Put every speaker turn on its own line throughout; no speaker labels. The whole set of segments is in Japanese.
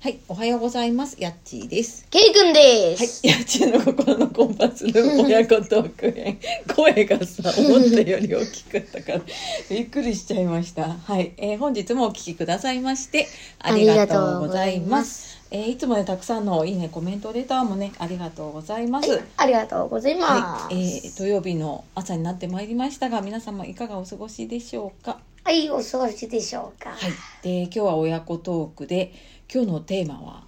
はい、おはようございます。やっちーです。
ケイくんで
はい
す。、
やっちーの心のコンパスルーム親子トーク編。声がさ、思ったより大きかったから、びっくりしちゃいました。はい、えー本日もお聞きくださいまして、ありがとうございます。えーいつもね、たくさんのいいね、コメント、レターもね、ありがとうございます。
ありがとうございま
は
す。
い、えー土曜日の朝になってまいりましたが、皆様いかがお過ごしでしょうか。
はい、お過ごしでしょうか。
はい、で、今日は親子トークで、今日のテーマは、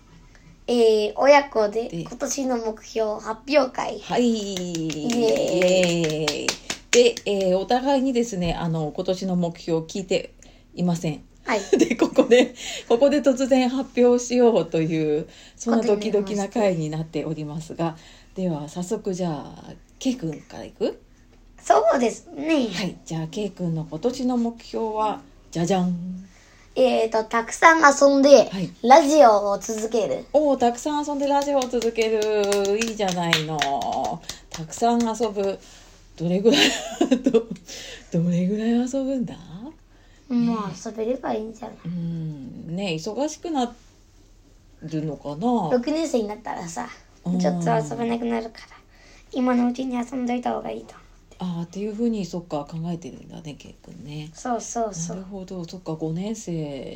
えー、親子
で
で今年の目標発表会。
はい。イエーイで、えーお互いにですね、あの、今年の目標を聞いていません。
はい。
で、ここで、ここで突然発表しようという、そのドキドキな回になっておりますが、では、早速じゃあ、ケイ君からいく
そうですね。
はい。じゃあ、ケイ君の今年の目標は、じゃじゃん。
えーと、たくさん遊んで、
はい
ラジオを続ける。
おお、たくさん遊んでラジオを続ける。いいじゃないの。たくさん遊ぶ。どれぐらい、ど、どれぐらい遊ぶんだ
まあ、遊べればいいんじゃない。
うん、ね忙しくなるのかな。
6年生になったらさ、
うん
ちょっと遊べなくなるから、今のうちに遊んどいた方がいいと。
ああ、っていうふうに、そっか、考えてるんだね、ケイ君ね。
そうそうそ
なる
う。
ほど、そっか、5年生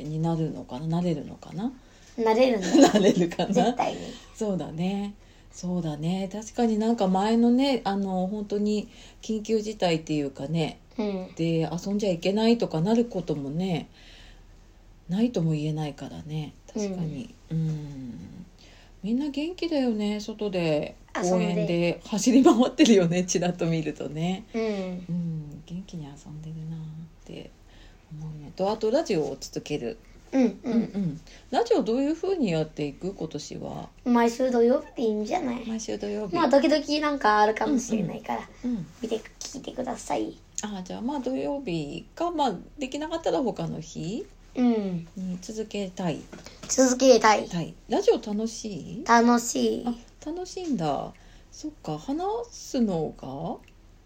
になるのかな、なれるのかな。
なれるんだよ。
なれるかな
絶。対に。
そうだね。そうだね。確かになんか前のね、あの、本当に緊急事態っていうかね、
うん。
で遊んじゃいけないとかなることもねないとも言えないからね確かにうんみんな元気だよね外で
遊んで
公園で走り回ってるよねちらっと見るとね
うん。
うん元気に遊んでるなって思うのとあとラジオを続ける、
うん。
う
うんん。
うん、ラジオどういうふうにやっていく今年は
毎週土曜日でいいんじゃない
毎週土曜日、
まあ時々なんかあるかもしれないから、
うん、
見て聞いてください
あじゃあまあ土曜日かまあできなかったら他の日
うん
に続けたい
続けたい
はい、ラジオ楽しい
楽しい
あ楽しいんだそっか話すのが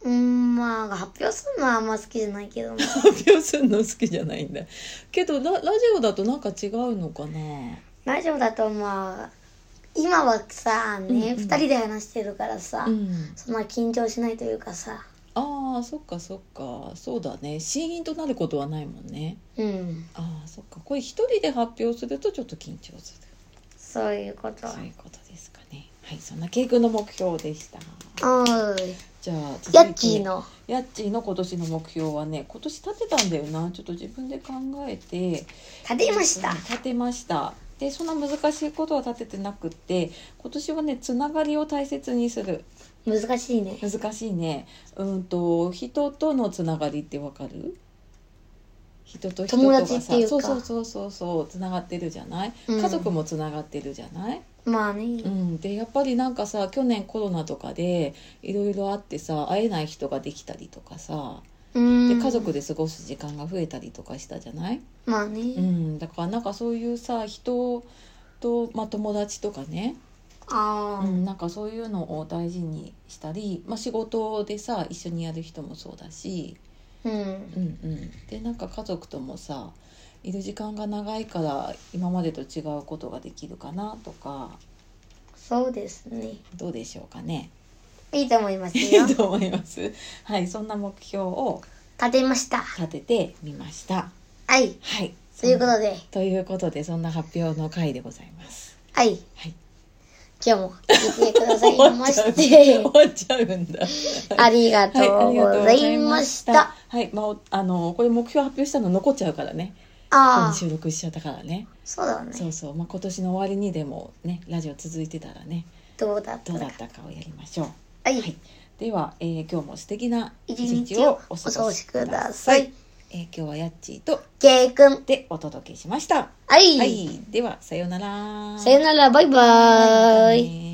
うんまあ発表するのはあんま好きじゃない けども
発表するの好きじゃないんだけどララジオだとなんか違うのかな
大丈夫だとまあ今はさね、
うんうん
二人で話してるからさ、
うん
そんな緊張しないというかさ
あーそっかそっかそうだねシーンとなることはないもんね
うん
あーそっかこれ一人で発表するとちょっと緊張する
そういうこと
そういうことですかねはいそんなケイ君の目標でした
おーい
じゃあ続いて
ヤッキーの
ヤッチーの今年の目標はね今年立てたんだよなちょっと自分で考えて
立てました
立てましたでそんな難しいことは立ててなくって今年はねつながりを大切にする
難しいね
難しいねうんと人とのつながりってわかる人と人とがさ
友達っていうか
そうそうそうそうそうつながってるじゃない、
うん
家族もつながってるじゃない、
まあね、
うん、でやっぱりなんかさ去年コロナとかでいろいろあってさ会えない人ができたりとかさ
うん
で家族で過ごす時間が増えたりとかしたじゃない
まあね、
うん、だからなんかそういうさ人と、まあ、友達とかね、
ああ、
うん、なんかそういうのを大事にしたり、まあ、仕事でさ一緒にやる人もそうだし、
うん
うんうん、でなんか家族ともさいる時間が長いから今までと違うことができるかなとか
そうですね
どうでしょうかね。
いいと思います
い
よ
いと思います。はい、そんな目標を
立てました
立ててみました。
はい
はい、
というこ
そん
とで
ということでそんな発表の回でございます。
はい
はい。
今日も聞いてくださいまし
終
て
わっちゃうんだ。
ありがと
はい、あ
う
りが
ご
とうご
ざ
ざ
い
い
ま
ま
し,、
したた。はい、まあお、あの、これ目標発表したの残っちゃうからね。
ああ
収録しちゃったからね。
そうだね
そうそう、まあ、今年の終わりにでも、ね、ラジオ続いてたらね、
どうだった
どう
か
だったかをやりましょう。
はい、
はい、では、えー今日も素敵な
一
一
日
日
を
を
お
お
過
過
ご
ご
し
し
く
く
だ
だ
さ
さ
い
い。えー今日はやっちーと、
ケイ君
で、お届けしました。
はい、
はい、では、さようなら。
さよならバイバーイ
またね